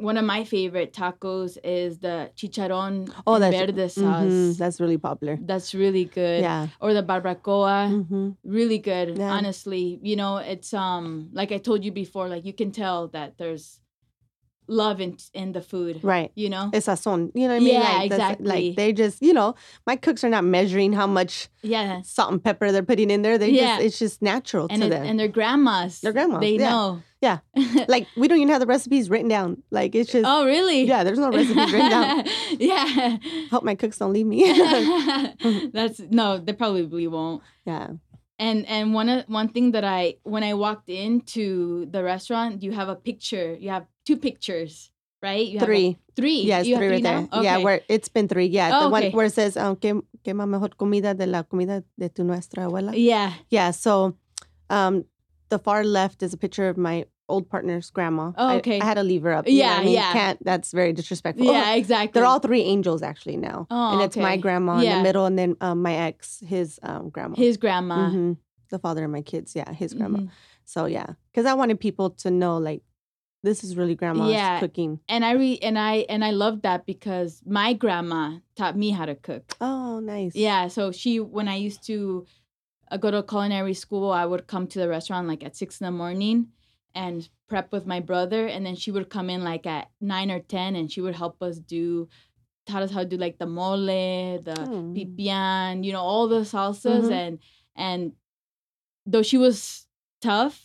S1: one of my favorite tacos is the chicharrón
S3: Oh,
S1: and
S3: that's-
S1: verde sauce.
S3: Mhm, That's really popular.
S1: That's really good.
S3: Yeah.
S1: Or the barbacoa
S3: hmm
S1: really good
S3: Yeah.
S1: honestly you know it's um like i told you before like you can tell that there's love in in the food
S3: Right.
S1: you know
S3: It's sazon. You know what I mean?
S1: Yeah,
S3: like, that's-
S1: exactly.
S3: Like they just, you know, my cooks are not measuring how much
S1: yeah
S3: salt and pepper they're putting in there. They
S1: Yeah.
S3: just, it's just natural
S1: and
S3: to
S1: it,
S3: them.
S1: and their grandmas
S3: Their grandmas,
S1: they
S3: yeah.
S1: know
S3: Yeah. like we don't even have the recipes written down. Like it's just,
S1: oh really
S3: yeah, there's no recipes written down.
S1: yeah
S3: Hope my cooks don't leave me.
S1: that's no they probably won't
S3: yeah.
S1: and and one of- one thing that i when i walked into the restaurant you have a picture you have two pictures right you have a-
S3: Three.
S1: three
S3: Yeah, it's
S1: you have
S3: three right there.
S1: now?
S3: Yeah,
S1: Okay.
S3: where it's been three. Yeah,
S1: Oh,
S3: the one
S1: okay.
S3: where it says, um, que, que más mejor comida de la comida de tu nuestra abuela.
S1: yeah
S3: Yeah, so um, the far left is a picture of my old partner's grandma.
S1: Oh,
S3: I-
S1: okay.
S3: I, had to leave her up. you know
S1: Yeah,
S3: what I mean?
S1: yeah.
S3: Can't. That's very disrespectful.
S1: yeah exactly
S3: Oh, They're all three angels actually now,
S1: Oh,
S3: and it's my
S1: okay.
S3: grandma in
S1: Yeah.
S3: the middle, and then um, my ex, his um, grandma,
S1: his grandma
S3: Mhm. the father of my kids. Yeah, his grandma.
S1: Mhm.
S3: So yeah, because I wanted people to know like this is really grandma's
S1: Yeah.
S3: cooking.
S1: and i re and i and i love that because my grandma taught me how to cook
S3: Oh, nice.
S1: yeah so she when i used to uh, go to culinary school i would come to the restaurant like at six in the morning and prep with my brother and then she would come in like at nine or ten and she would help us do taught us how to do like the mole the
S3: Mm.
S1: pipián, you know, all the salsas
S3: Mhm.
S1: and and though she was tough,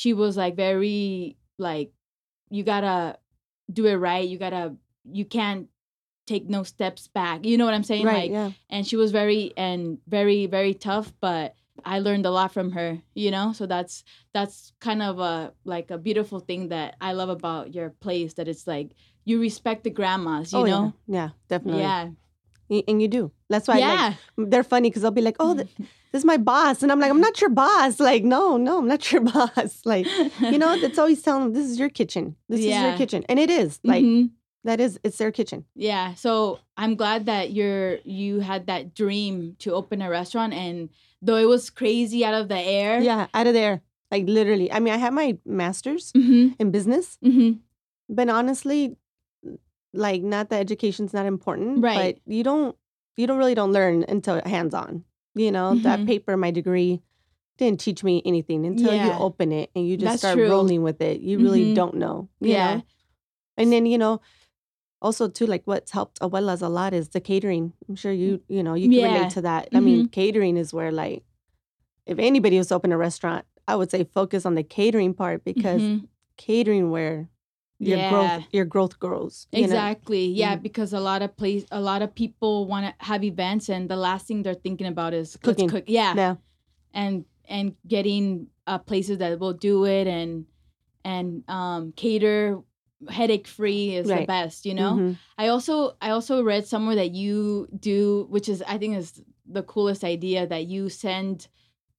S1: she was like very like you gotta do it right. You gotta you can't take no steps back. You know what I'm saying?
S3: right.
S1: like
S3: yeah.
S1: and she was very and very, very tough, but I learned a lot from her, you know? So that's that's kind of a like a beautiful thing that I love about your place that it's like you respect the grandmas, you
S3: oh,
S1: know?
S3: Yeah. yeah, definitely.
S1: Yeah.
S3: Y- And you do. That's why like,
S1: yeah. Mm-hmm.
S3: they're funny because they'll be like, "Oh, th- this is my boss," and I'm like, "I'm not your boss." Like, no, no, I'm not your boss. Like, you know, it's always telling them, "This is your kitchen. This is
S1: Yeah.
S3: your kitchen," and it is like
S1: Mhm.
S3: that is it's their kitchen.
S1: yeah so i'm glad that you're you had that dream to open a restaurant and though it was crazy out of the air
S3: Yeah, out of there. Like literally. I mean, I had my masters
S1: hmm
S3: in business,
S1: hmm
S3: but honestly, like, not that education's not important,
S1: Right.
S3: But you don't you don't really don't learn until hands on. You know, that
S1: Mhm.
S3: paper, my degree. Didn't teach me anything until you
S1: Yeah.
S3: open it and you just
S1: That's
S3: start
S1: true.
S3: rolling with it. You really
S1: Mhm.
S3: don't know. you
S1: Yeah.
S3: know? and then you know also too like what's helped abuelas a lot is the catering i'm sure you you know you can
S1: Mm, Yeah. Mm-hmm.
S3: relate to that i mean catering is where like if anybody was to open a restaurant i would say focus on the catering part because
S1: Mhm.
S3: catering where your
S1: yeah
S3: growth your growth grows you know?
S1: exactly yeah
S3: Mhm.
S1: because a lot of place a lot of people want to have events and the last thing they're thinking about is let's
S3: Cooking.
S1: cook yeah
S3: yeah
S1: and and getting uh, places that will do it and and um cater headache free is the
S3: Right.
S1: best, you know?
S3: Mhm.
S1: I also I also read somewhere that you do, which is I think is the coolest idea that you send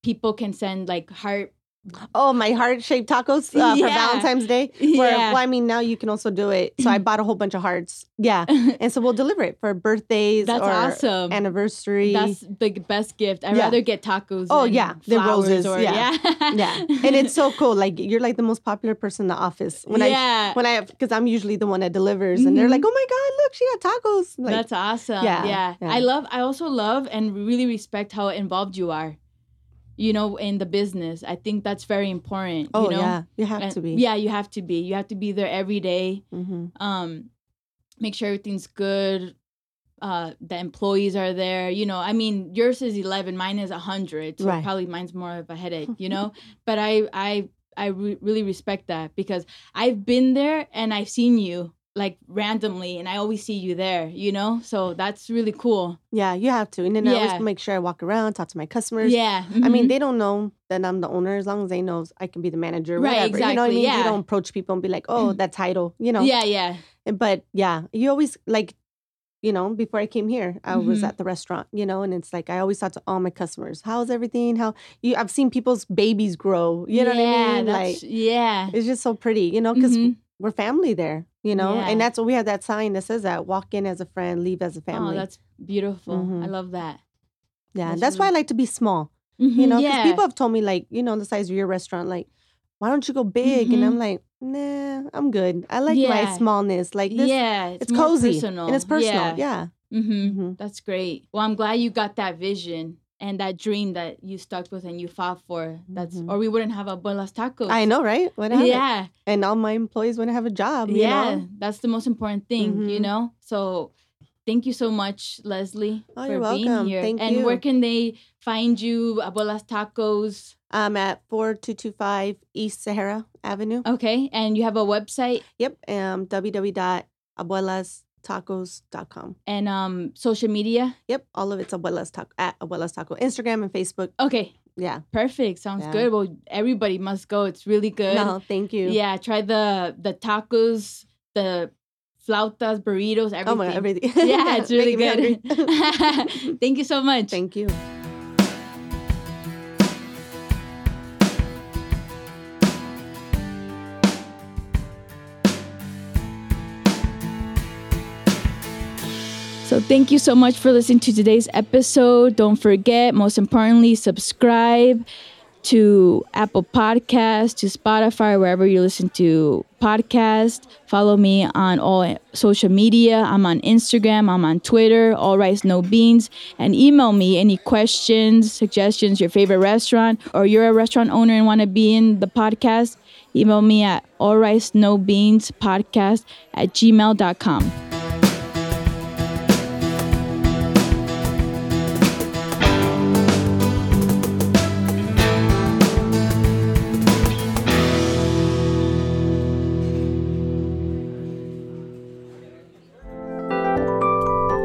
S1: people can send like heart
S3: Oh, my heart shaped tacos uh, for
S1: Yeah.
S3: Valentine's Day. Where,
S1: Yeah.
S3: Well, I mean, now you can also do it. So I bought a whole bunch of hearts. Yeah. And so we'll deliver it for birthdays
S1: That's
S3: or
S1: awesome.
S3: anniversary.
S1: That's the best gift. I'd
S3: Yeah.
S1: rather get tacos.
S3: Oh,
S1: than
S3: yeah, than
S1: flowers
S3: roses,
S1: Or,
S3: yeah. yeah. And it's so cool. Like you're like the most popular person in the office. When I
S1: yeah.
S3: when I because I'm usually the one that delivers, and they're
S1: Mhm.
S3: like, "Oh my god, look, she got tacos!" Like,
S1: That's awesome. Yeah,
S3: Yeah,
S1: I
S3: yeah.
S1: love. I also love and really respect how involved you are. You know, in the business, I think that's very important.
S3: oh
S1: you know?
S3: yeah, you have
S1: And-
S3: to be.
S1: Yeah, you have to be. You have to be there every day.
S3: hmm
S1: Um, make sure everything's good. Uh, the employees are there. You know, I mean, yours is eleven, mine is hundred, so
S3: Right.
S1: probably mine's more of a headache. You know, but I, I, I re- really respect that because I've been there and I've seen you like randomly, and I always see you there. You know, so that's really cool.
S3: Yeah, you have to. And then I
S1: Yeah.
S3: always make sure I walk around, talk to my customers.
S1: Yeah,
S3: I mean,
S1: mhm.
S3: they don't know that I'm the owner as long as they know I can be the manager,
S1: Right,
S3: whatever. You know what I
S1: exactly,
S3: mean?
S1: yeah. Mm-hmm.
S3: You don't approach people and be like, "Oh, that title," you know.
S1: yeah, yeah,
S3: And- But yeah, you always like, you know, before I came here, I was
S1: Mhm.
S3: at the restaurant, you know, and it's like I always talk to all my customers, "How's everything? How you?" I've seen people's babies grow. You know
S1: yeah,
S3: what I mean? Like,
S1: That's, yeah,
S3: it's just so pretty, you know, because
S1: Mhm.
S3: we're family there, you know,
S1: Yeah.
S3: and that's what we have that sign that says that walk in as a friend, leave as a family.
S1: oh, that's beautiful. I
S3: Mhm.
S1: love that.
S3: yeah,
S1: that's
S3: that's, why I
S1: really-
S3: like to be small, you know, because
S1: yeah.
S3: people have told me like, you know, the size of your restaurant, like, why don't you go big?
S1: Mhm.
S3: And I'm like, nah, I'm good. I like
S1: Yeah.
S3: my smallness. Like this,
S1: yeah, it's,
S3: it's,
S1: more
S3: cozy
S1: personal.
S3: and it's personal. Yeah.
S1: hmm
S3: Mhm.
S1: That's great. Well, I'm glad you got that vision and that dream that you stuck with and you fought for. That's
S3: Mhm.
S1: or we wouldn't have abuelas tacos.
S3: I know, right? What happened?
S1: Yeah,
S3: And all my employees wouldn't have a job. You
S1: yeah.
S3: Know?
S1: That's the most important thing, you
S3: Mhm.
S1: know. So, thank you so much, Leslie,
S3: Oh,
S1: for
S3: you're
S1: being
S3: welcome.
S1: here.
S3: Thank
S1: and
S3: you.
S1: where can they find you, abuelas tacos?
S3: I'm at 4225 East Sahara Avenue.
S1: Okay, and you have a website
S3: Yep. Um, www.abuelastacos.com.
S1: and um social media.
S3: Yep, all of it's Abuelas Taco at Abuelas Taco. Instagram and Facebook.
S1: Okay,
S3: Yeah.
S1: perfect. Sounds
S3: Yeah.
S1: good. Well, everybody must go. It's really good.
S3: No, thank you.
S1: Yeah, try the the tacos, the flautas, burritos, everything.
S3: Oh my god, everything.
S1: Yeah, it's really
S3: Making
S1: good.
S3: me hungry.
S1: Thank you so much.
S3: thank you.
S1: So thank you so much for listening to today's episode. Don't forget, most importantly, subscribe to Apple Podcasts, to Spotify, wherever you listen to podcasts. Follow me on all social media. I'm on Instagram, I'm on Twitter, All Rice No Beans, and email me any questions, suggestions, your favorite restaurant, or you're a restaurant owner and want to be in the podcast. Email me at all rice no beans podcast at gmail.com.